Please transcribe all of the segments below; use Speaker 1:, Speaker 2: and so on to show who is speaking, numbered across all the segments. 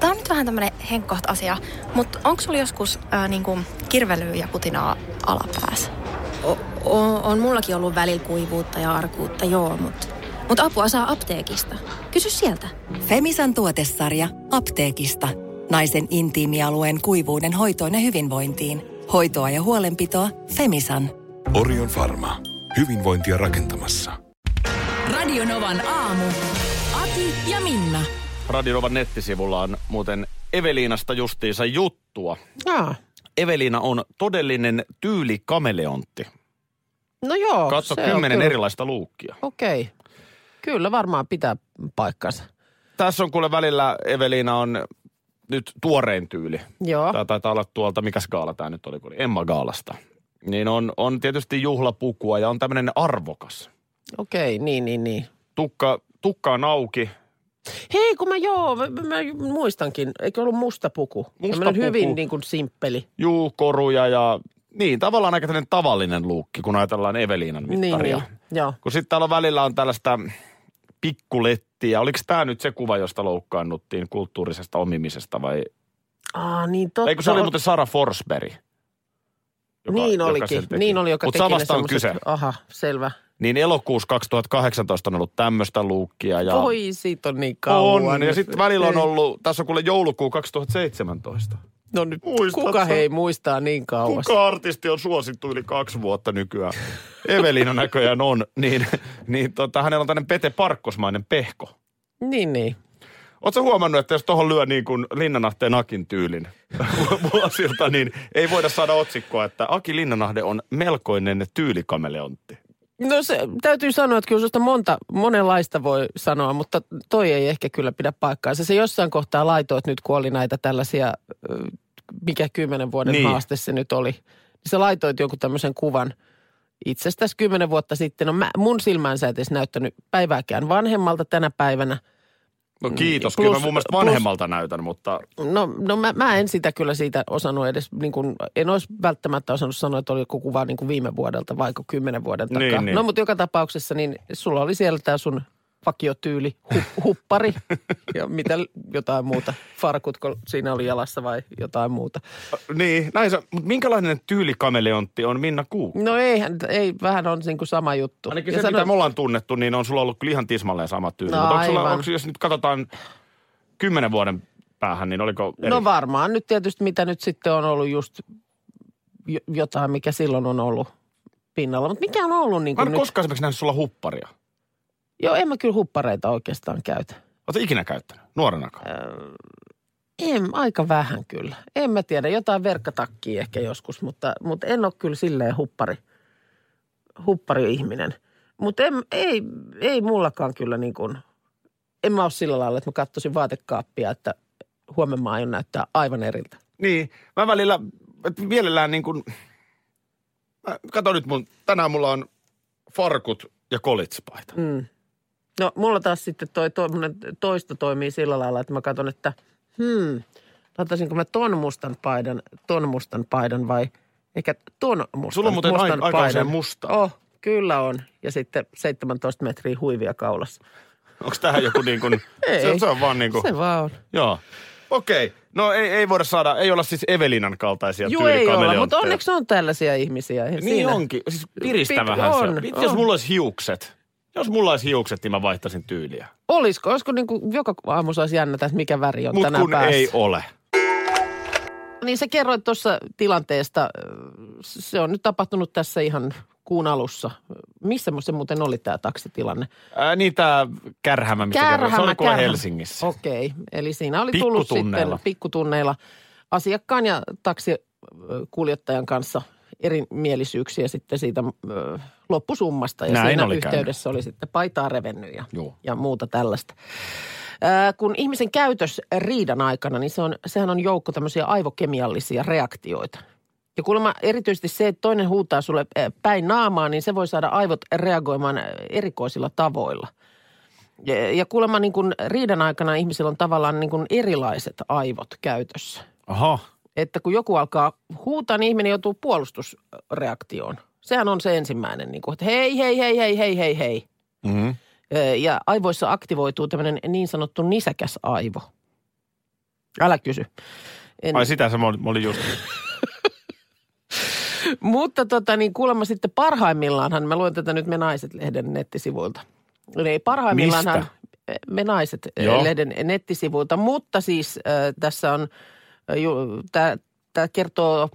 Speaker 1: Tämä on nyt vähän tämmöinen henkkoht asia, mutta onko sulla joskus ää, niin kuin kirvelyä ja putinaa alapäässä?
Speaker 2: O- o- on mullakin ollut välillä kuivuutta ja arkuutta, joo, mutta mut apua saa apteekista. Kysy sieltä.
Speaker 3: Femisan tuotesarja apteekista. Naisen intiimialueen kuivuuden hoitoon ja hyvinvointiin. Hoitoa ja huolenpitoa Femisan.
Speaker 4: Orion Pharma. Hyvinvointia rakentamassa.
Speaker 5: Radionovan aamu. Ati ja Minna.
Speaker 6: Radionovan nettisivulla on muuten Eveliinasta justiinsa juttua.
Speaker 7: Aa,
Speaker 6: Eveliina on todellinen tyylikameleontti.
Speaker 7: no joo.
Speaker 6: Katso
Speaker 7: se on
Speaker 6: kymmenen
Speaker 7: kyllä-
Speaker 6: erilaista luukkia.
Speaker 7: Okei. Kyllä varmaan pitää paikkansa.
Speaker 6: Tässä on kuule välillä Eveliina on nyt tuorein tyyli.
Speaker 7: Joo.
Speaker 6: Tämä taitaa olla tuolta, mikä skaala tämä nyt oli, kun oli Emma Gaalasta. Niin on, on tietysti juhlapukua ja on tämmöinen arvokas.
Speaker 7: Okei, niin, niin, niin.
Speaker 6: Tukka, tukka on auki,
Speaker 7: Hei, kun mä joo, mä, mä mä muistankin. Eikö ollut musta puku?
Speaker 6: Musta
Speaker 7: Tämmönen
Speaker 6: puku.
Speaker 7: hyvin niin kuin simppeli.
Speaker 6: juu, koruja ja niin, tavallaan aika tämmöinen tavallinen luukki, kun ajatellaan Eveliinan mittaria.
Speaker 7: Niin, niin. Joo.
Speaker 6: Kun sitten täällä välillä on tällaista pikkulettiä. Oliko tämä nyt se kuva, josta loukkaannuttiin kulttuurisesta omimisesta vai?
Speaker 7: Aa, niin totta.
Speaker 6: Ei kun se oli
Speaker 7: on.
Speaker 6: muuten Sara Forsberg.
Speaker 7: niin olikin. Niin oli, joka
Speaker 6: Mutta
Speaker 7: teki ne
Speaker 6: samasta on
Speaker 7: semmoset-
Speaker 6: kyse.
Speaker 7: Aha, selvä.
Speaker 6: Niin elokuussa 2018 on ollut tämmöistä luukkia. Ja
Speaker 7: Ja. Voi, siitä on niin kauan. Niin.
Speaker 6: on. Ja sitten välillä on
Speaker 7: Ei.
Speaker 6: ollut, tässä on kuule joulukuu 2017.
Speaker 7: No nyt,
Speaker 6: Muistatko?
Speaker 7: kuka hei muistaa niin kauas?
Speaker 6: Kuka artisti on suosittu yli kaksi vuotta nykyään? Evelina näköjään on. Niin, niin tota, hänellä on tämmöinen Pete Parkkosmainen pehko.
Speaker 7: Niin, niin.
Speaker 6: Oletko huomannut, että jos tuohon lyö niin kuin Linnanahteen Akin tyylin vuosilta, niin ei voida saada otsikkoa, että Aki Linnanahde on melkoinen tyylikameleontti.
Speaker 7: No se, täytyy sanoa, että kyllä susta monta, monenlaista voi sanoa, mutta toi ei ehkä kyllä pidä paikkaansa. Se jossain kohtaa laitoit nyt, kun oli näitä tällaisia, ö, mikä kymmenen vuoden
Speaker 6: Niin.
Speaker 7: niin. haaste se nyt oli. Niin Sä laitoit jonkun tämmöisen kuvan itsestäsi kymmenen vuotta sitten. No mä, mun silmään sä et edes näyttänyt päivääkään vanhemmalta tänä päivänä.
Speaker 6: No kiitos,
Speaker 7: Plus-
Speaker 6: plus, kyllä mä mun mielestä
Speaker 7: plus-
Speaker 6: vanhemmalta plus, näytän, mutta
Speaker 7: No, no mä, mä en sitä kyllä siitä osannut edes, niin kun, en olisi välttämättä osannut sanoa, että oliko kuva niin kuin viime vuodelta vai kuin kymmenen vuoden takaa.
Speaker 6: Niin, niin.
Speaker 7: No mutta joka tapauksessa, niin sulla oli siellä tämä sun vakiotyyli, hu, huppari ja mitä, jotain muuta. Farkutko siinä oli jalassa vai jotain muuta.
Speaker 6: niin, näin se, mutta minkälainen tyylikameleontti on Minna Kuu?
Speaker 7: No eihän, ei, vähän on niin kuin sama juttu.
Speaker 6: Ainakin
Speaker 7: Ja
Speaker 6: se, mitä me ollaan tunnettu, niin on sulla ollut kyllä ihan tismalleen sama tyyli.
Speaker 7: No
Speaker 6: mutta onko sulla,
Speaker 7: aivan.
Speaker 6: onko, jos nyt katsotaan kymmenen vuoden päähän, niin oliko eri?
Speaker 7: No varmaan nyt tietysti, mitä nyt sitten on ollut just jo- jotain, mikä silloin on ollut pinnalla. Mutta mikä on ollut niin
Speaker 6: Mä
Speaker 7: kuin
Speaker 6: en
Speaker 7: nyt?
Speaker 6: koskaan esimerkiksi nähnyt sulla hupparia.
Speaker 7: Joo, en mä kyllä huppareita oikeastaan käytä.
Speaker 6: Oletko ikinä käyttänyt? Nuorenakaan?
Speaker 7: En, aika vähän kyllä. En mä tiedä, jotain verkkatakkia ehkä joskus, mutta, mutta en ole kyllä silleen huppari, huppari-ihminen. Mutta ei, ei mullakaan kyllä niin kuin, en mä ole sillä lailla, että mä katsoisin vaatekaappia, että huomenna mä aion näyttää aivan eriltä.
Speaker 6: Niin, mä välillä, et mielellään niin kuin, mä, kato nyt mun, tänään mulla on farkut ja kolitspaita.
Speaker 7: Mm. No mulla taas sitten toi tommonen toisto toimii sillä lailla, että mä katson, että hmm, laittaisinko mä ton mustan paidan, ton mustan paidan vai ehkä ton mustan,
Speaker 6: Sulla on muuten
Speaker 7: mustan
Speaker 6: aina- aika usein musta.
Speaker 7: Oh, kyllä on. Ja sitten 17 metriä huivia kaulassa.
Speaker 6: Onko tähän joku niin kuin, se,
Speaker 7: Ei.
Speaker 6: se on vaan niin kuin,
Speaker 7: Se vaan on.
Speaker 6: joo. Okei, no ei, ei voida saada, ei olla siis Evelinan kaltaisia
Speaker 7: Joo, ei olla, mutta
Speaker 6: tyylikameleontteja.
Speaker 7: onneksi on tällaisia ihmisiä. Eihän
Speaker 6: Niin
Speaker 7: siinä.
Speaker 6: onkin, siis piristävähän
Speaker 7: Pit-
Speaker 6: se
Speaker 7: on,
Speaker 6: on. Vitsi, Jos
Speaker 7: on.
Speaker 6: mulla olisi hiukset, jos mulla olisi hiukset, niin mä vaihtaisin tyyliä.
Speaker 7: Olisiko, olisiko niin kuin joka aamu saisi jännätä, että mikä väri on
Speaker 6: Mutta
Speaker 7: tänään
Speaker 6: kun
Speaker 7: päässä.
Speaker 6: ei ole.
Speaker 7: Niin sä kerroit tuossa tilanteesta, äh, se on nyt tapahtunut tässä ihan kuun alussa. Missä se muuten oli tämä taksitilanne?
Speaker 6: Ää, niin tää kärhämä, Oh. mistä kerroin. se oli kuule Helsingissä.
Speaker 7: Okei, eli siinä oli tullut
Speaker 6: Pikkutunneilla.
Speaker 7: sitten pikkutunneilla asiakkaan ja taksikuljettajan kanssa erimielisyyksiä sitten siitä ö, loppusummasta. Ja
Speaker 6: Näin
Speaker 7: siinä
Speaker 6: oli käynyt.
Speaker 7: yhteydessä oli sitten paitaa revennyt ja,
Speaker 6: Joo.
Speaker 7: ja muuta tällaista. Ö, kun ihmisen käytös riidan aikana, niin se on, sehän on joukko tämmöisiä aivokemiallisia reaktioita. Ja kuulemma erityisesti se, että toinen huutaa sulle ö, päin naamaa, niin se voi saada aivot reagoimaan ö, erikoisilla tavoilla. Ja, ja kuulemma niin kuin riidan aikana ihmisillä on tavallaan niin kuin erilaiset aivot käytössä.
Speaker 6: Aha.
Speaker 7: Että kun joku alkaa huutaa, niin ihminen joutuu puolustusreaktioon. Sehän on se ensimmäinen, niin kuin, että hei, hei, hei, hei, hei, hei, hei.
Speaker 6: Mm-hmm.
Speaker 7: Ö, Ja aivoissa aktivoituu tämmöinen niin sanottu nisäkäs aivo. Älä kysy. En.
Speaker 6: Ai sitä se mä olin, mä olin just.
Speaker 7: Mutta tota, niin kuulemma sitten parhaimmillaanhan, mä luen tätä nyt Me Naiset-lehden nettisivuilta. Ei parhaimmillaanhan
Speaker 6: Mistä?
Speaker 7: Me
Speaker 6: Joo.
Speaker 7: Naiset-lehden nettisivuilta, mutta siis äh, tässä on, äh, tämä kertoo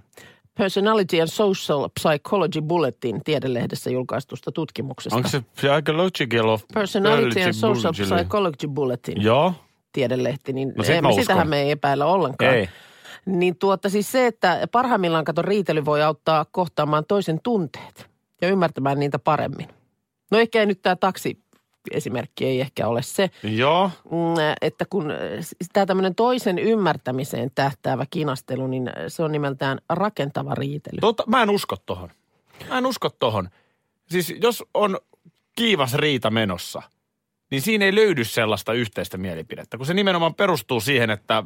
Speaker 7: Personality and Social Psychology Bulletin tiedelehdessä julkaistusta tutkimuksesta.
Speaker 6: Onko se psychological of
Speaker 7: Personality and Social
Speaker 6: Psychology?
Speaker 7: Psychology Bulletin
Speaker 6: Joo.
Speaker 7: tiedelehti, niin
Speaker 6: No
Speaker 7: no,
Speaker 6: sit mä
Speaker 7: me,
Speaker 6: uskon.
Speaker 7: sitähän me ei epäillä ollenkaan.
Speaker 6: Ei.
Speaker 7: Niin tuota siis se, että parhaimmillaan kato riitely voi auttaa kohtaamaan toisen tunteet ja ymmärtämään niitä paremmin. No ehkä ei nyt tämä taksi esimerkki ei ehkä ole se,
Speaker 6: Joo.
Speaker 7: Mm, että kun tämä tämmöinen toisen ymmärtämiseen tähtäävä kinastelu, niin se on nimeltään rakentava riitely.
Speaker 6: Tota, mä en usko tohon. Mä en usko tohon. Siis jos on kiivas riita menossa, niin siinä ei löydy sellaista yhteistä mielipidettä, kun se nimenomaan perustuu siihen, että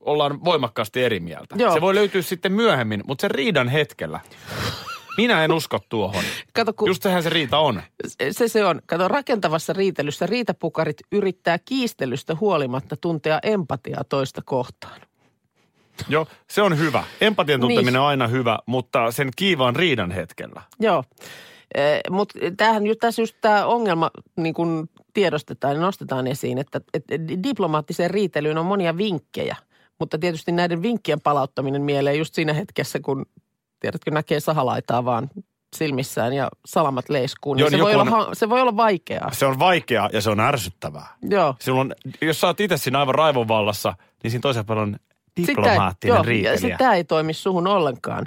Speaker 6: ollaan voimakkaasti eri mieltä.
Speaker 7: Joo.
Speaker 6: Se voi löytyä sitten myöhemmin, mutta sen riidan hetkellä. Minä en usko tuohon.
Speaker 7: Kato, kun
Speaker 6: Just sehän se riita on.
Speaker 7: se, se on. Kato, rakentavassa riitelyssä riitapukarit yrittää kiistelystä huolimatta tuntea empatiaa toista kohtaan.
Speaker 6: Joo, se on hyvä. Empatian tunteminen
Speaker 7: Niin.
Speaker 6: on aina hyvä, mutta sen kiivaan riidan hetkellä.
Speaker 7: Joo, mutta tämähän just, tässä just tämä ongelma niin kun tiedostetaan ja nostetaan esiin, että, että diplomaattiseen riitelyyn on monia vinkkejä. Mutta tietysti näiden vinkkien palauttaminen mieleen just siinä hetkessä, kun tiedätkö, näkee sahalaitaa vaan silmissään ja salamat leiskuun, niin,
Speaker 6: Joo,
Speaker 7: se,
Speaker 6: niin
Speaker 7: voi
Speaker 6: joku
Speaker 7: olla, ha- se voi olla vaikeaa.
Speaker 6: Se on vaikeaa ja se on ärsyttävää.
Speaker 7: Joo.
Speaker 6: Silloin, jos sä oot itse siinä aivan raivovallassa, niin siinä toisen puolella on
Speaker 7: Sitä ei-
Speaker 6: diplomaattinen
Speaker 7: Joo, ja
Speaker 6: riitelijä.
Speaker 7: sit tää ei toimi suhun ollenkaan.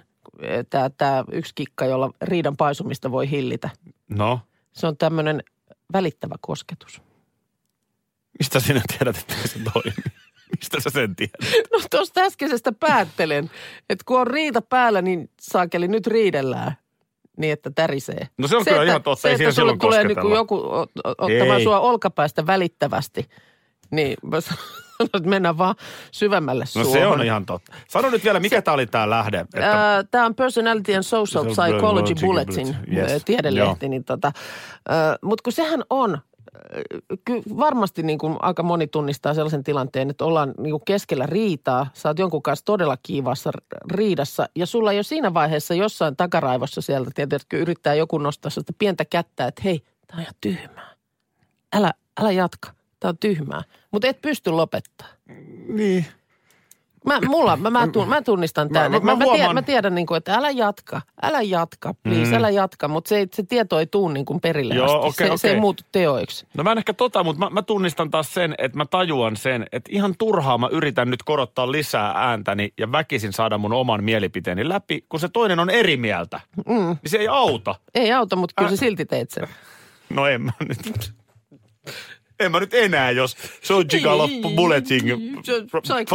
Speaker 7: Tämä, tämä yksi kikka, jolla riidan paisumista voi hillitä.
Speaker 6: No,
Speaker 7: Se on tämmöinen välittävä kosketus.
Speaker 6: mistä sinä tiedät, että se toimii? Mistä sä sen tiedät?
Speaker 7: No tuosta äskeisestä päättelen, että kun on riita päällä, niin saakeli nyt riidellään niin, että tärisee.
Speaker 6: No se on kyllä ihan totta,
Speaker 7: Se,
Speaker 6: ei
Speaker 7: että
Speaker 6: siinä
Speaker 7: sulle
Speaker 6: silloin
Speaker 7: tulee
Speaker 6: kosketella.
Speaker 7: niinku joku ot- ot- ottamaan
Speaker 6: Ei.
Speaker 7: sua olkapäästä välittävästi, niin mä sanon, että mennään vaan syvemmälle
Speaker 6: No
Speaker 7: suohon.
Speaker 6: se on ihan totta. Sano nyt vielä, mikä tää oli tää lähde? Että,
Speaker 7: Tämä on Personality and Social
Speaker 6: Social Psychology
Speaker 7: Psychology Bulletin
Speaker 6: Bulletin, yes.
Speaker 7: ö, tiedelehti, niin tota, mutta kun sehän on, kyllä varmasti niin kuin aika moni tunnistaa sellaisen tilanteen, että ollaan niin kuin keskellä riitaa, sä oot jonkun kanssa todella kiivaassa riidassa ja sulla jo siinä vaiheessa jossain takaraivossa sieltä, tiedätkö, yrittää joku nostaa sitä pientä kättä, että hei, tämä on ihan tyhmää. Älä, älä jatka, tämä on tyhmää, mutta et pysty lopettaa.
Speaker 6: niin.
Speaker 7: Mä, mulla, mä, mä, tun, mä tunnistan
Speaker 6: Mä-
Speaker 7: tämän.
Speaker 6: mä-
Speaker 7: Mä,
Speaker 6: mä
Speaker 7: mä, mä,
Speaker 6: huomaan-
Speaker 7: tiedän, mä tiedän niin kuin, että älä jatka, älä jatka, please, mm. älä jatka. Mutta se, ei- se tieto ei tuu niin kuin perille
Speaker 6: Joo,
Speaker 7: asti.
Speaker 6: okei,
Speaker 7: se, se
Speaker 6: okei.
Speaker 7: ei muutu teoiksi.
Speaker 6: No mä en ehkä tota, mutta mä, mä tunnistan taas sen, että mä tajuan sen, että ihan turhaa mä yritän nyt korottaa lisää ääntäni ja väkisin saada mun oman mielipiteeni läpi, kun se toinen on eri mieltä. Mm. Niin se ei auta.
Speaker 7: Ei auta, mutta kyllä
Speaker 6: Ä-
Speaker 7: sä silti teet sen.
Speaker 6: No en mä nyt. En mä nyt enää, jos Sojika loppu bulletin,
Speaker 7: Niin.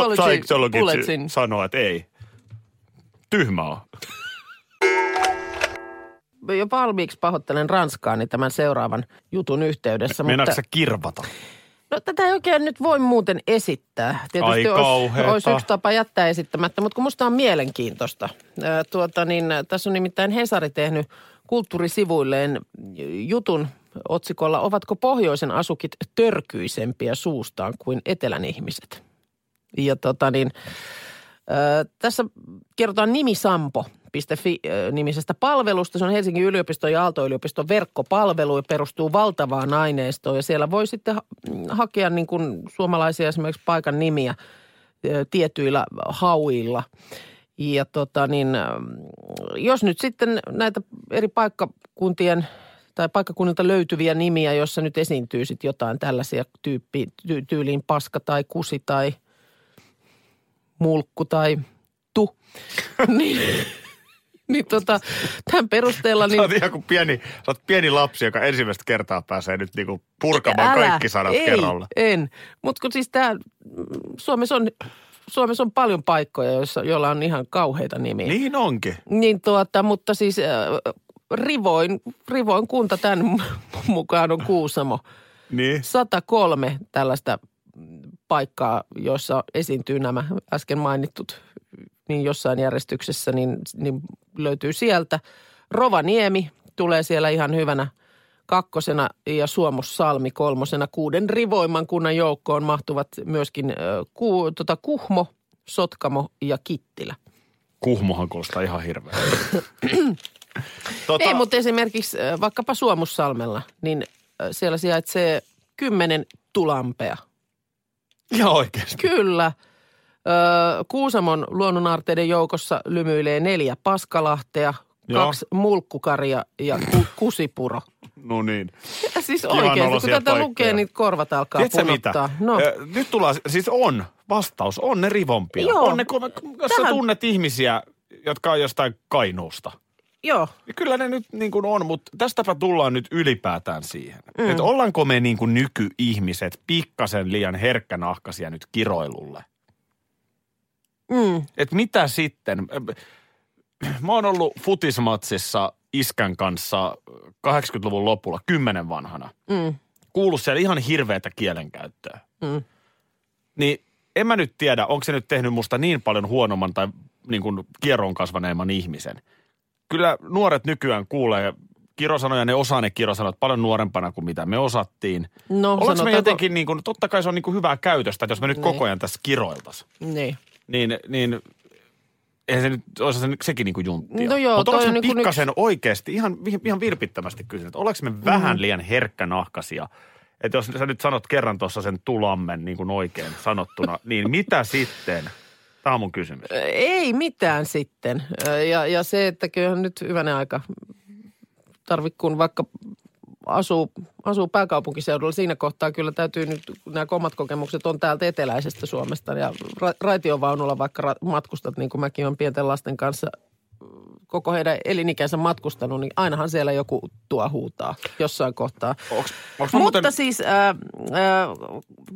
Speaker 7: Psychology Bulletin.
Speaker 6: sanoo, että ei. Tyhmä on.
Speaker 7: Mä Jo valmiiksi pahoittelen Ranskaani tämän seuraavan jutun yhteydessä.
Speaker 6: Meinaatko sä
Speaker 7: mutta,
Speaker 6: kirvata?
Speaker 7: no, tätä ei oikein nyt voi muuten esittää.
Speaker 6: Ai
Speaker 7: Tietysti olisi,
Speaker 6: kauheeta.
Speaker 7: olisi yksi tapa jättää esittämättä, mutta kun musta on mielenkiintoista. Ö, Tuota, niin, tässä on nimittäin Hesari tehnyt kulttuurisivuilleen jutun otsikolla Ovatko pohjoisen asukit törkyisempiä suustaan kuin etelän ihmiset? Ja tota niin, ö, tässä kerrotaan nimisampo.fi-nimisestä palvelusta. Se on Helsingin yliopiston ja Aalto-yliopiston verkkopalvelu ja perustuu valtavaan aineistoon. Ja siellä voi sitten ha- hakea niin kuin suomalaisia esimerkiksi paikan nimiä ö, tietyillä hauilla. Ja tota niin, ö, jos nyt sitten näitä eri paikkakuntien tai paikkakunnilta löytyviä nimiä, jossa nyt esiintyy sitten jotain tällaisia tyyppi, ty, tyyliin paska tai kusi tai mulkku tai tu, niin, niin tota, tämän perusteella niin...
Speaker 6: Sä oot ihan kuin pieni, sä oot pieni lapsi, joka ensimmäistä kertaa pääsee nyt niinku purkamaan
Speaker 7: Älä,
Speaker 6: kaikki sanat
Speaker 7: ei,
Speaker 6: kerralla.
Speaker 7: en. Mutta kun siis tää, mm, Suomessa on, Suomessa on paljon paikkoja, joissa, joilla on ihan kauheita nimiä.
Speaker 6: Niin onkin.
Speaker 7: Niin tuota, mutta siis äh, Rivoin, Rivoin kunta tämän mukaan on Kuusamo.
Speaker 6: Niin.
Speaker 7: 103 tällaista paikkaa, joissa esiintyy nämä äsken mainittut niin jossain järjestyksessä, niin, niin löytyy sieltä. Rovaniemi tulee siellä ihan hyvänä kakkosena ja Suomus Salmi kolmosena. Kuuden rivoimman kunnan joukkoon mahtuvat myöskin ö, ku, tota, Kuhmo, Sotkamo ja Kittilä.
Speaker 6: Kuhmohan kuulostaa ihan Tota- hirveä.
Speaker 7: Ei, mutta esimerkiksi ö, vaikkapa Suomussalmella, niin ö, siellä sijaitsee kymmenen tulampea.
Speaker 6: Ihan oikeasti.
Speaker 7: Kyllä. Ö, Kuusamon luonnonarteiden joukossa lymyilee neljä paskalahtea,
Speaker 6: Joo.
Speaker 7: kaksi mulkkukaria ja ku, kusipuro.
Speaker 6: No niin.
Speaker 7: Siis
Speaker 6: Kivan
Speaker 7: oikeasti, kun
Speaker 6: olosia
Speaker 7: tätä
Speaker 6: paikkoja.
Speaker 7: lukee, niin korvat alkaa
Speaker 6: Tiedätkö
Speaker 7: punottaa.
Speaker 6: mitä?
Speaker 7: No.
Speaker 6: Ö, Nyt tullaan, siis on vastaus, on ne rivompia.
Speaker 7: Joo.
Speaker 6: On ne, kun, jos Tähän... sä
Speaker 7: Tähän-
Speaker 6: tunnet ihmisiä, jotka on jostain Kainuusta.
Speaker 7: Joo,
Speaker 6: Ja Kyllä ne nyt niin kuin on, mutta tästäpä tullaan nyt ylipäätään siihen. Mm. Että ollaanko me niin kuin nykyihmiset pikkasen liian herkkänahkaisia nyt kiroilulle?
Speaker 7: mm,
Speaker 6: Et mitä sitten? Mä oon ollut futismatsissa iskän kanssa 80-luvun lopulla, kymmenen vanhana.
Speaker 7: mm,
Speaker 6: Kuullut siellä ihan hirveätä kielenkäyttöä.
Speaker 7: mm.
Speaker 6: Niin en mä nyt tiedä, onko se nyt tehnyt musta niin paljon huonomman tai niin kuin kierron kasvaneemman ihmisen. Kyllä nuoret nykyään kuulee kirosanoja, ne osaa ne kirosanat paljon nuorempana kuin mitä me osattiin.
Speaker 7: No,
Speaker 6: Ollaanko me
Speaker 7: sanotaanko-
Speaker 6: jotenkin niin kuin, totta kai se on niin kuin hyvää käytöstä, että jos me nyt koko ajan tässä kiroiltaisiin.
Speaker 7: Niin.
Speaker 6: niin, niin eihän se nyt, olisi se, sekin niinku junttia.
Speaker 7: No joo,
Speaker 6: Mutta
Speaker 7: toi
Speaker 6: onko
Speaker 7: on
Speaker 6: me
Speaker 7: niinku
Speaker 6: pikkasen oikeasti, ihan, vi- ihan virpittämästi kysyn, että ollaanko me
Speaker 7: Mm.
Speaker 6: vähän liian herkkänahkaisia? Että jos sä nyt sanot kerran tuossa sen tulammen niin kuin oikein sanottuna, niin mitä sitten? Tämä on mun kysymys.
Speaker 7: Ö, Ei mitään sitten. Ö, Ja, ja se, että kyllähän nyt hyvänä aika tarvi, kun vaikka asuu, asuu pääkaupunkiseudulla, siinä kohtaa kyllä täytyy nyt, kun nämä omat kokemukset on täältä eteläisestä Suomesta ja ra- raitiovaunulla vaikka ra- matkustat, niin kuin mäkin olen pienten lasten kanssa ö, koko heidän elinikänsä matkustanut, niin ainahan siellä joku tuo huutaa jossain kohtaa.
Speaker 6: Onks, onks mä
Speaker 7: Mutta
Speaker 6: muuten,
Speaker 7: siis äh, äh,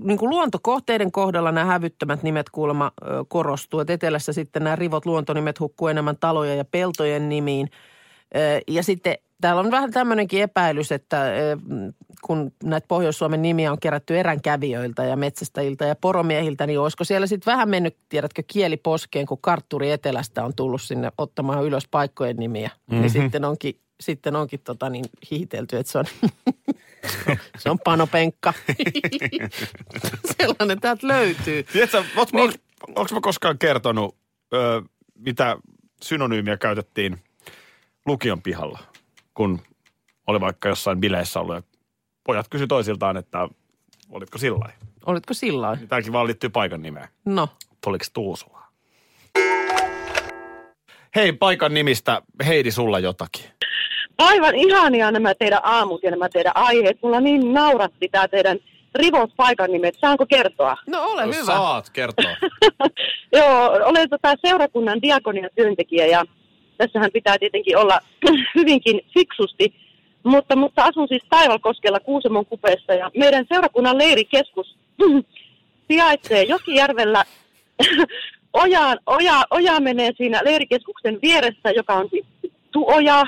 Speaker 7: niin kuin luontokohteiden kohdalla nämä hävyttömät nimet kuulemma äh, korostuu. Et etelässä sitten nämä rivot luontonimet hukkuu enemmän taloja ja peltojen nimiin. Äh, ja sitten täällä on vähän tämmöinenkin epäilys, että äh, kun näitä Pohjois-Suomen nimiä on kerätty eränkävijöiltä ja metsästäjiltä ja poromiehiltä, niin olisiko siellä sitten vähän mennyt, tiedätkö, kieli poskeen, kun kartturi etelästä on tullut sinne ottamaan ylös paikkojen nimiä. Mm-hmm.
Speaker 6: Mhm.
Speaker 7: Niin sitten onkin sitten onkin tota niin hiitelty, että se on se on panopenkka. Sellainen täältä löytyy.
Speaker 6: tiedätkö, onks, niin.
Speaker 7: Niin.
Speaker 6: onks, onks mä koskaan kertonut, ö, mitä synonyymiä käytettiin lukion pihalla, kun oli vaikka jossain bileissä ollut ja pojat kysy toisiltaan, että olitko sillä lailla?
Speaker 7: Olitko silloin?
Speaker 6: Tämäkin vaan liittyy paikan nimeen.
Speaker 7: No.
Speaker 6: Tuliko Tuusulaa? Hei, paikan nimistä. Heidi, sulla jotakin.
Speaker 8: Aivan ihania nämä teidän aamut ja nämä teidän aiheet. Mulla niin nauratti tämä teidän rivot paikan nimet. Saanko kertoa?
Speaker 7: No ole hyvä.
Speaker 6: Saat kertoa.
Speaker 8: Joo, olen tota seurakunnan diakonian työntekijä ja tässähän pitää tietenkin olla hyvinkin fiksusti. Mutta, mutta asun siis Taivalkoskella Kuusamon kupeessa ja meidän seurakunnan leirikeskus sijaitsee Jokijärvellä. oja, oja, oja menee siinä leirikeskuksen vieressä, joka on siis Tuoja.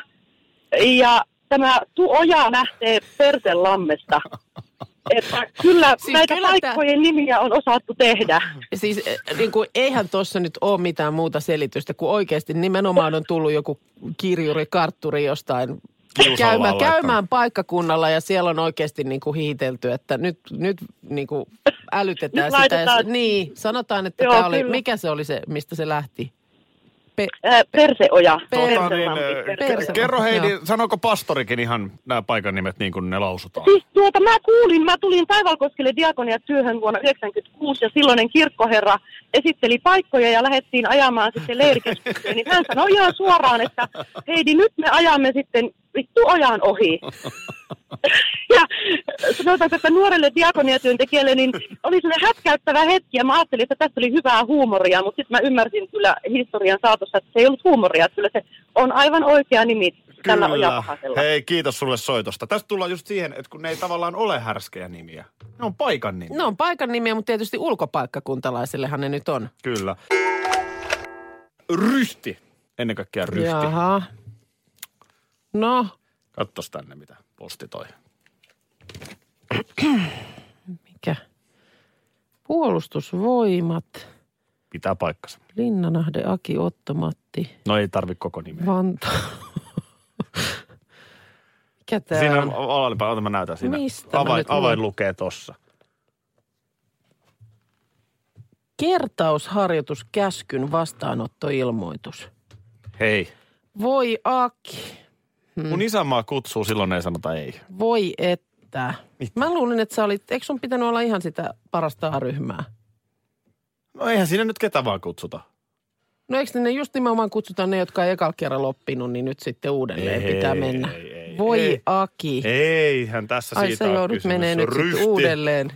Speaker 8: Ja tämä Tuoja lähtee Perselammesta. Että kyllä
Speaker 7: Siis
Speaker 8: näitä
Speaker 7: kyllä tää-
Speaker 8: paikkojen nimiä on osattu tehdä.
Speaker 7: Siis eh, niin kuin, eihän tuossa nyt ole mitään muuta selitystä, kun oikeasti nimenomaan on tullut joku kirjuri, kartturi jostain
Speaker 6: Kiusalla
Speaker 7: käymään,
Speaker 6: laittanut.
Speaker 7: käymään paikkakunnalla ja siellä on oikeasti niin kuin hiitelty, että nyt, nyt niin kuin älytetään
Speaker 8: Nyt
Speaker 7: sitä. Ja, s-
Speaker 8: laitetaan-
Speaker 7: niin, sanotaan, että
Speaker 8: Joo,
Speaker 7: tää oli,
Speaker 8: kyllä.
Speaker 7: mikä se oli se, mistä se lähti?
Speaker 8: Ää, Perseoja.
Speaker 6: tota,
Speaker 8: Perselampi,
Speaker 6: niin, eh,
Speaker 8: Perselampi.
Speaker 7: Perse-
Speaker 6: kerro Heidi,
Speaker 7: Joo.
Speaker 6: sanooko pastorikin ihan nämä paikan nimet niin kuin ne lausutaan?
Speaker 8: Siis tuota, mä kuulin, mä tulin Taivalkoskelle diakonia työhön vuonna 1996 ja silloinen kirkkoherra esitteli paikkoja ja lähdettiin ajamaan sitten leirikeskukseen. Niin hän sanoi ihan suoraan, että Heidi, nyt me ajamme sitten vittu ojan ohi. ja sanotaanko, että nuorelle diakoniatyöntekijälle niin oli sellainen hätkäyttävä hetki ja mä ajattelin, että tässä oli hyvää huumoria, mutta sitten mä ymmärsin kyllä historian saatossa, että se ei ollut huumoria, että kyllä se on aivan oikea nimi tällä ojapahasella.
Speaker 6: Hei, kiitos sulle soitosta. Tästä tullaan just siihen, että kun ne ei tavallaan ole härskejä nimiä. Ne on paikan nimi.
Speaker 7: No on paikan nimiä, mutta tietysti ulkopaikkakuntalaisillehan ne nyt on.
Speaker 6: Kyllä. Ryhti. Ennen kaikkea ryhti.
Speaker 7: Jaha. No,
Speaker 6: Kattos tänne, mitä posti toi.
Speaker 7: mikä? Puolustusvoimat,
Speaker 6: Pitää paikkansa.
Speaker 7: Linnanahde, Aki Ottomatti,
Speaker 6: No ei tarvi koko nimeä.
Speaker 7: Vanta. Mikä tää
Speaker 6: Siinä
Speaker 7: on?
Speaker 6: alapäin, ota mä näytän siinä.
Speaker 7: Mistä mä
Speaker 6: Avain,
Speaker 7: nyt luen?
Speaker 6: avain lukee tossa.
Speaker 7: Kertausharjoituskäskyn vastaanottoilmoitus.
Speaker 6: Hei.
Speaker 7: Voi Aki, Hmm.
Speaker 6: Mun isämaa kutsuu, silloin ei sanota ei.
Speaker 7: voi että. Mä luulin, että sä olit, eikö sun pitänyt olla ihan sitä parasta A-ryhmää?
Speaker 6: No eihän siinä nyt ketä vaan kutsuta.
Speaker 7: No eikö ne just nimenomaan kutsutaan ne, jotka ei ekalla kerralla oppinut, niin nyt sitten uudelleen
Speaker 6: Ei,
Speaker 7: pitää mennä.
Speaker 6: ei, ei,
Speaker 7: voi
Speaker 6: ei.
Speaker 7: Aki.
Speaker 6: Eihän tässä
Speaker 7: Ai
Speaker 6: siitä
Speaker 7: sä
Speaker 6: ole
Speaker 7: joudut
Speaker 6: kysymys.
Speaker 7: menee
Speaker 6: Se
Speaker 7: nyt
Speaker 6: on
Speaker 7: sit
Speaker 6: ryhti.
Speaker 7: uudelleen.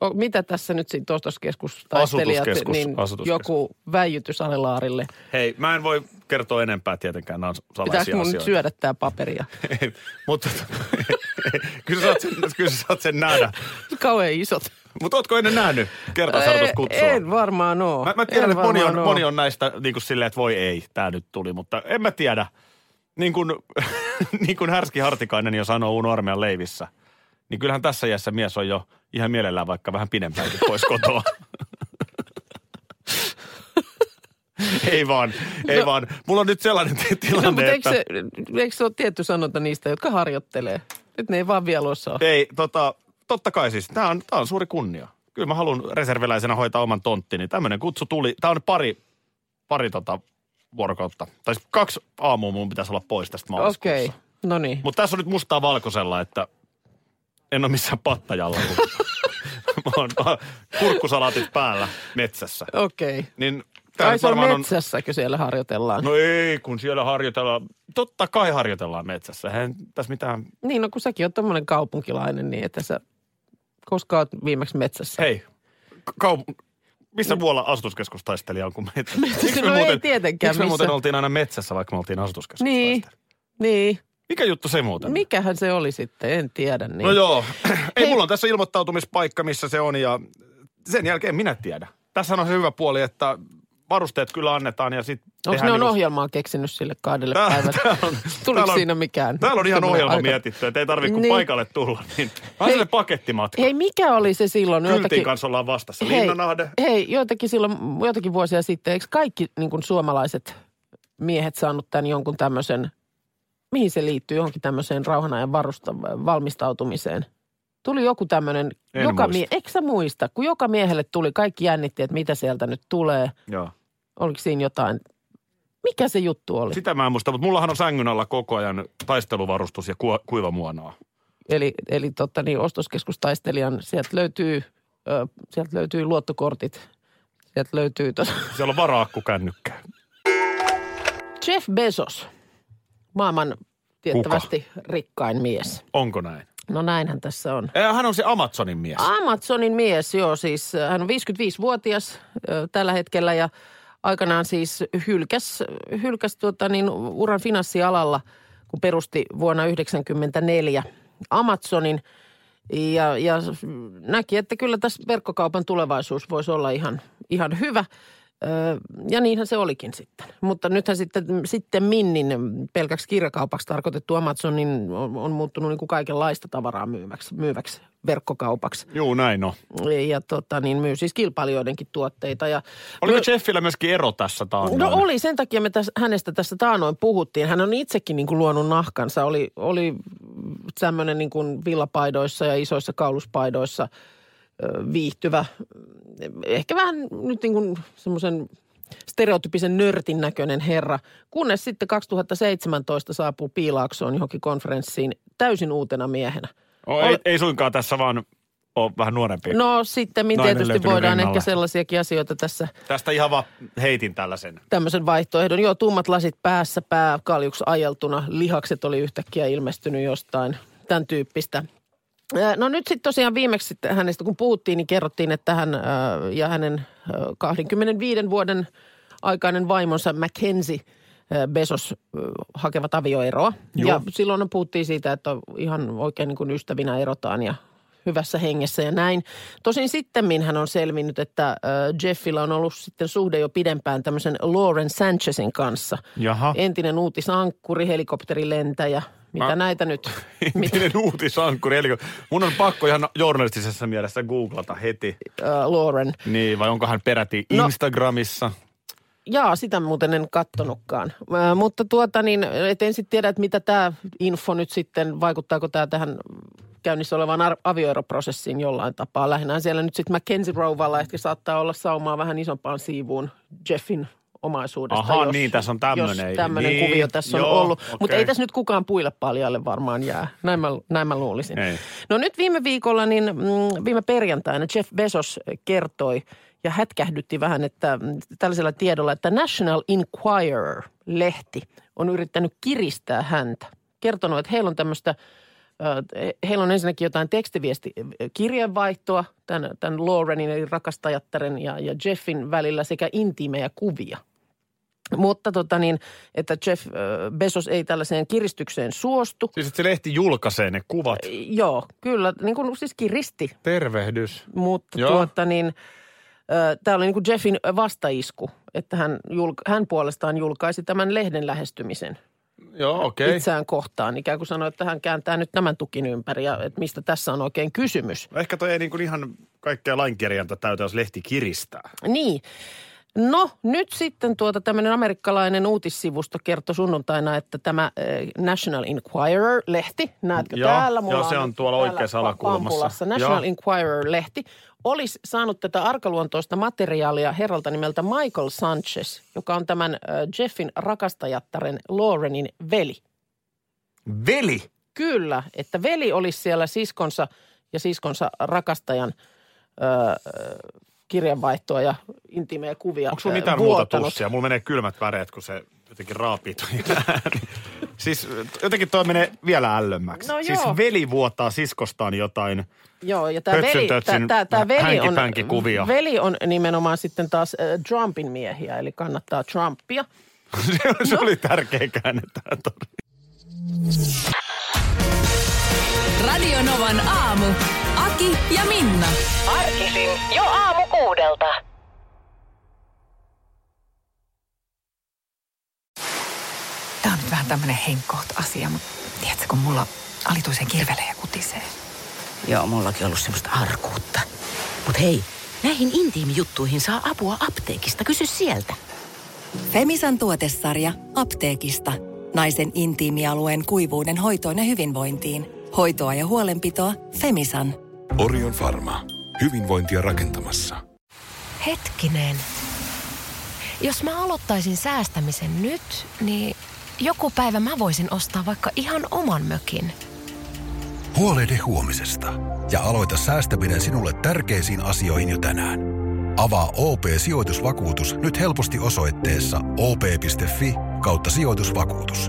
Speaker 7: O, mitä tässä nyt sitten ostoskeskustaistelijat,
Speaker 6: Asutuskeskus,
Speaker 7: niin
Speaker 6: asutuskeskus.
Speaker 7: joku väijytys alelaarille.
Speaker 6: Hei, mä en voi kertoa enempää tietenkään, nämä on salaisia
Speaker 7: Pitääkö mun nyt
Speaker 6: asioita.
Speaker 7: syödä tää paperia?
Speaker 6: Mutta kyllä, sä saat sen, kyllä sä saat sen nähdä.
Speaker 7: Kauhean isot.
Speaker 6: Mutta ootko ennen nähnyt kertausharjoituskutsua?
Speaker 7: Ei, En varmaan oo.
Speaker 6: Mä, mä tiedän,
Speaker 7: En
Speaker 6: että moni on,
Speaker 7: varmaan oo.
Speaker 6: moni on näistä niin kuin silleen, että voi ei, tämä nyt tuli, mutta en mä tiedä. Niin kuin, niin kuin Härski Hartikainen jo sanoi Uno Armeijan leivissä, niin kyllähän tässä iässä mies on jo ihan mielellään vaikka vähän pidempäänkin pois kotoa. ei vaan, ei vaan. Mulla on nyt sellainen ti- tilanne,
Speaker 7: No, mutta eikö
Speaker 6: että...
Speaker 7: se, eikö se ole tietty sanonta niistä, jotka harjoittelee? Nyt ne ei vaan vielä osaa.
Speaker 6: Ei, tota, totta kai siis. Tämä on, tää on suuri kunnia. Kyllä mä haluan reserviläisenä hoitaa oman tonttini. Tämmöinen kutsu tuli. Tämä on pari, pari tota vuorokautta. Tai siis kaksi aamua mun pitäisi olla pois tästä maaliskuussa.
Speaker 7: Okei,
Speaker 6: Okay.
Speaker 7: okay. no niin.
Speaker 6: Mutta tässä on nyt mustaa valkoisella, että en ole missään pattajalla. kun mä oon mä oon kurkkusalaatit päällä metsässä.
Speaker 7: Okei. Okay.
Speaker 6: Niin tää
Speaker 7: Ai
Speaker 6: nyt
Speaker 7: se on
Speaker 6: varmaan
Speaker 7: metsässäkö siellä harjoitellaan?
Speaker 6: No ei, kun siellä harjoitellaan. Totta kai harjoitellaan metsässä. Eihän tässä mitään...
Speaker 7: Niin, no kun säkin oot tommonen kaupunkilainen, niin että sä koska oot viimeksi metsässä.
Speaker 6: Hei, kaup- missä
Speaker 7: Mm.
Speaker 6: muualla asutuskeskustaistelija on kuin metsässä? Miksi
Speaker 7: No ei tietenkään
Speaker 6: miksi me muuten
Speaker 7: missään.
Speaker 6: oltiin aina metsässä, vaikka me oltiin asutuskeskustaistelija?
Speaker 7: Niin, niin.
Speaker 6: Mikä juttu se muuten? on?
Speaker 7: Mikähän se oli sitten, en tiedä. Niin.
Speaker 6: No joo. Ei, mulla on tässä ilmoittautumispaikka, missä se on ja sen jälkeen minä tiedän. Tässä on se hyvä puoli, että varusteet kyllä annetaan ja niinku- sitten
Speaker 7: Onko ne on ohjelmaa keksinyt sille kahdelle päivälle? Tuliko siinä mikään?
Speaker 6: Täällä on ihan
Speaker 7: semmoinen
Speaker 6: ohjelma
Speaker 7: aika-
Speaker 6: mietitty, että ei tarvitse kun
Speaker 7: Niin.
Speaker 6: paikalle tulla. Niin. Vähän se pakettimatka.
Speaker 7: Hei, mikä oli se silloin?
Speaker 6: Kyltin kanssa ollaan vastassa. Linnanahde.
Speaker 7: hei, joitakin silloin, joitakin vuosia sitten, eikö kaikki niin kuin suomalaiset miehet saanut tämän jonkun tämmöisen, mihin se liittyy, johonkin tämmöiseen rauhanajan varusta, valmistautumiseen? Tuli joku tämmöinen,
Speaker 6: En
Speaker 7: joka
Speaker 6: muista.
Speaker 7: eikö sä muista, kun joka miehelle tuli, kaikki jännitti, että mitä sieltä nyt tulee.
Speaker 6: Joo.
Speaker 7: Oliko siinä jotain, mikä se juttu oli?
Speaker 6: Sitä mä en muista, mutta mullahan on sängyn alla koko ajan taisteluvarustus ja ku, kuivamuonaa.
Speaker 7: Eli, eli totta niin, ostoskeskustaistelijan, sieltä löytyy, ö, sieltä löytyy luottokortit, sieltä löytyy tos,
Speaker 6: Siellä on varaakku kännykkää.
Speaker 7: Jeff Bezos, maailman tiettävästi rikkain mies.
Speaker 6: Onko näin?
Speaker 7: No näinhän tässä on.
Speaker 6: Eh, Hän on se Amazonin mies.
Speaker 7: Ah. Amazonin mies, joo siis äh, hän on 55-vuotias ö, tällä hetkellä ja aikanaan siis hylkäs, hylkäs tuota niin, uran finanssialalla, kun perusti vuonna 1994 Amazonin. Ja, ja näki, että kyllä tässä verkkokaupan tulevaisuus voisi olla ihan, ihan hyvä. Ö, Ja niinhän se olikin sitten. Mutta nythän sitten, sitten Minnin pelkäksi kirjakaupaksi tarkoitettu Amazon niin on, on muuttunut niin kuin kaikenlaista tavaraa myyväksi, myyväksi verkkokaupaksi.
Speaker 6: Juu, näin on.
Speaker 7: Ja tota, niin myy siis kilpailijoidenkin tuotteita. Ja
Speaker 6: Oliko Jeffillä myöskin ero tässä taannoin?
Speaker 7: No oli, sen takia me täs, hänestä tässä taanoin puhuttiin. Hän on itsekin niin kuin luonut nahkansa. Oli, oli tämmöinen niin kuin villapaidoissa ja isoissa kauluspaidoissa ö, viihtyvä. Ehkä vähän nyt niin kuin semmoisen stereotypisen nörtin näköinen herra, kunnes sitten 2017 saapuu Piilaaksoon johonkin konferenssiin täysin uutena miehenä.
Speaker 6: Oh, ei, ei suinkaan tässä vaan ole vähän nuorempi. No.
Speaker 7: No sitten
Speaker 6: Nainen
Speaker 7: tietysti
Speaker 6: löytynyt
Speaker 7: voidaan
Speaker 6: rinnalle.
Speaker 7: ehkä sellaisiakin asioita tässä –
Speaker 6: Tästä ihan vaan heitin tällaisen.
Speaker 7: tämmöisen vaihtoehdon. Joo, tummat lasit päässä, pää kaljuksi ajeltuna, lihakset oli yhtäkkiä ilmestynyt jostain, tämän tyyppistä. Ää, No nyt sitten tosiaan viimeksi sit hänestä kun puhuttiin, niin kerrottiin, että hän ää, ja hänen ää, 25 vuoden aikainen vaimonsa Mackenzie ää, Besos ää, hakevat avioeroa.
Speaker 6: Joo.
Speaker 7: Ja silloin puhuttiin siitä, että ihan oikein niin kuin ystävinä erotaan ja hyvässä hengessä ja näin. Tosin sitten hän on selvinnyt, että äh, Jeffillä on ollut sitten suhde jo pidempään tämmöisen Lauren Sanchezin kanssa.
Speaker 6: Jaha.
Speaker 7: Entinen uutisankkuri, helikopterilentäjä, mitä
Speaker 6: Mä-
Speaker 7: näitä nyt. mit,
Speaker 6: Entinen uutisankkuri. Eli mun on pakko ihan journalistisessa mielessä googlata heti.
Speaker 7: äh, Lauren.
Speaker 6: Niin, vai onko hän peräti
Speaker 7: No.
Speaker 6: Instagramissa?
Speaker 7: jaa, sitä muuten en kattonutkaan. Ö, mutta tuota niin, et en sitten tiedä, että mitä tämä info nyt sitten, vaikuttaako tämä tähän käynnissä olevaan ar- avioeroprosessiin jollain tapaa. Lähinnä siellä nyt sitten Mackenzie Rovalla ehkä saattaa olla saumaa vähän isompaan siivuun Jeffin omaisuudesta.
Speaker 6: Ahaa, niin, tässä on tämmönen.
Speaker 7: Jos tämmöinen
Speaker 6: Niin,
Speaker 7: kuvio tässä on
Speaker 6: joo,
Speaker 7: ollut. Mutta
Speaker 6: okei.
Speaker 7: ei tässä nyt kukaan puille paljalle varmaan jää. Näin mä, näin mä luulisin.
Speaker 6: Ei.
Speaker 7: No nyt viime viikolla, niin mm, viime perjantaina Jeff Bezos kertoi ja hätkähdytti vähän että mm, tällaisella tiedolla, että National Inquirer-lehti on yrittänyt kiristää häntä. Kertonut, että heillä on tämmöistä, ö, heillä on ensinnäkin jotain tekstiviesti kirjeenvaihtoa tämän, tämän Laurenin eli rakastajattaren ja, ja Jeffin välillä sekä intiimejä kuvia. Mutta tota niin, että Jeff ö, Bezos ei tällaiseen kiristykseen suostu.
Speaker 6: Siis että se lehti julkaisee ne kuvat.
Speaker 7: Joo, kyllä, niin kuin siis kiristi
Speaker 6: Tervehdys.
Speaker 7: mutta
Speaker 6: Joo.
Speaker 7: tuota niin, tämä oli niinku Jeffin vastaisku, että hän, julk, hän puolestaan julkaisi tämän lehden lähestymisen
Speaker 6: Joo, okei.
Speaker 7: okay. itseään kohtaan. Ikään kuin sanoi, että hän kääntää nyt tämän tukin ympäri ja että mistä tässä on oikein kysymys.
Speaker 9: Ehkä toi ei niin kuin ihan kaikkea lainkirjainta täytä, jos lehti kiristää.
Speaker 7: Niin. No nyt sitten tuota tämmöinen amerikkalainen uutissivusto kertoi sunnuntaina, että tämä äh, National Inquirer-lehti, näetkö
Speaker 9: Joo,
Speaker 7: täällä?
Speaker 9: joo, se on tuolla
Speaker 7: täällä
Speaker 9: oikeassa
Speaker 7: pa-
Speaker 9: alakulmassa.
Speaker 7: pampulassa National
Speaker 9: Joo.
Speaker 7: Inquirer-lehti olisi saanut tätä arkaluontoista materiaalia herralta nimeltä Michael Sanchez, joka on tämän äh, Jeffin rakastajattaren Laurenin veli.
Speaker 9: Veli!
Speaker 7: Kyllä, että veli olisi siellä siskonsa ja siskonsa rakastajan öö, kirjanvaihtoa ja intiimejä kuvia
Speaker 9: Onko sulla
Speaker 7: öö,
Speaker 9: mitään muuta
Speaker 7: vuotanut.
Speaker 9: tussia? Mulla menee kylmät väreet, kun se jotenkin raapii toi ääni. Siis jotenkin toi menee vielä ällömmäksi.
Speaker 7: No
Speaker 9: siis
Speaker 7: joo.
Speaker 9: veli vuotaa siskostaan jotain.
Speaker 7: Joo, ja tämä
Speaker 9: Hötsyn
Speaker 7: veli,
Speaker 9: tötsyn
Speaker 7: tää, tää, tää veli, on,
Speaker 9: hänkipänkikuvia.
Speaker 7: veli on nimenomaan sitten taas äh, Trumpin miehiä, eli kannattaa Trumpia.
Speaker 9: se, se oli
Speaker 7: No.
Speaker 9: tärkeä käänne tää tori.
Speaker 5: Radio Novan aamu. Aki ja Minna.
Speaker 10: Arkisin jo aamu kuudelta.
Speaker 11: Tämä on nyt vähän tämmöinen henkkoht asia, mutta tiedätkö, kun mulla alituisen kirvelee ja kutisee.
Speaker 10: Joo, mullakin ollut semmoista arkuutta. Mut hei, näihin intiimijuttuihin saa apua apteekista. Kysy sieltä.
Speaker 3: Femisan tuotesarja apteekista. Naisen intiimialueen kuivuuden hoitoon ja hyvinvointiin. Hoitoa ja huolenpitoa Femisan.
Speaker 4: Orion Pharma. Hyvinvointia rakentamassa.
Speaker 12: Hetkinen. Jos mä aloittaisin säästämisen nyt, niin joku päivä mä voisin ostaa vaikka ihan oman mökin.
Speaker 13: Huolehdi huomisesta ja aloita säästäminen sinulle tärkeisiin asioihin jo tänään. Avaa OP-sijoitusvakuutus nyt helposti osoitteessa op.fi kautta sijoitusvakuutus.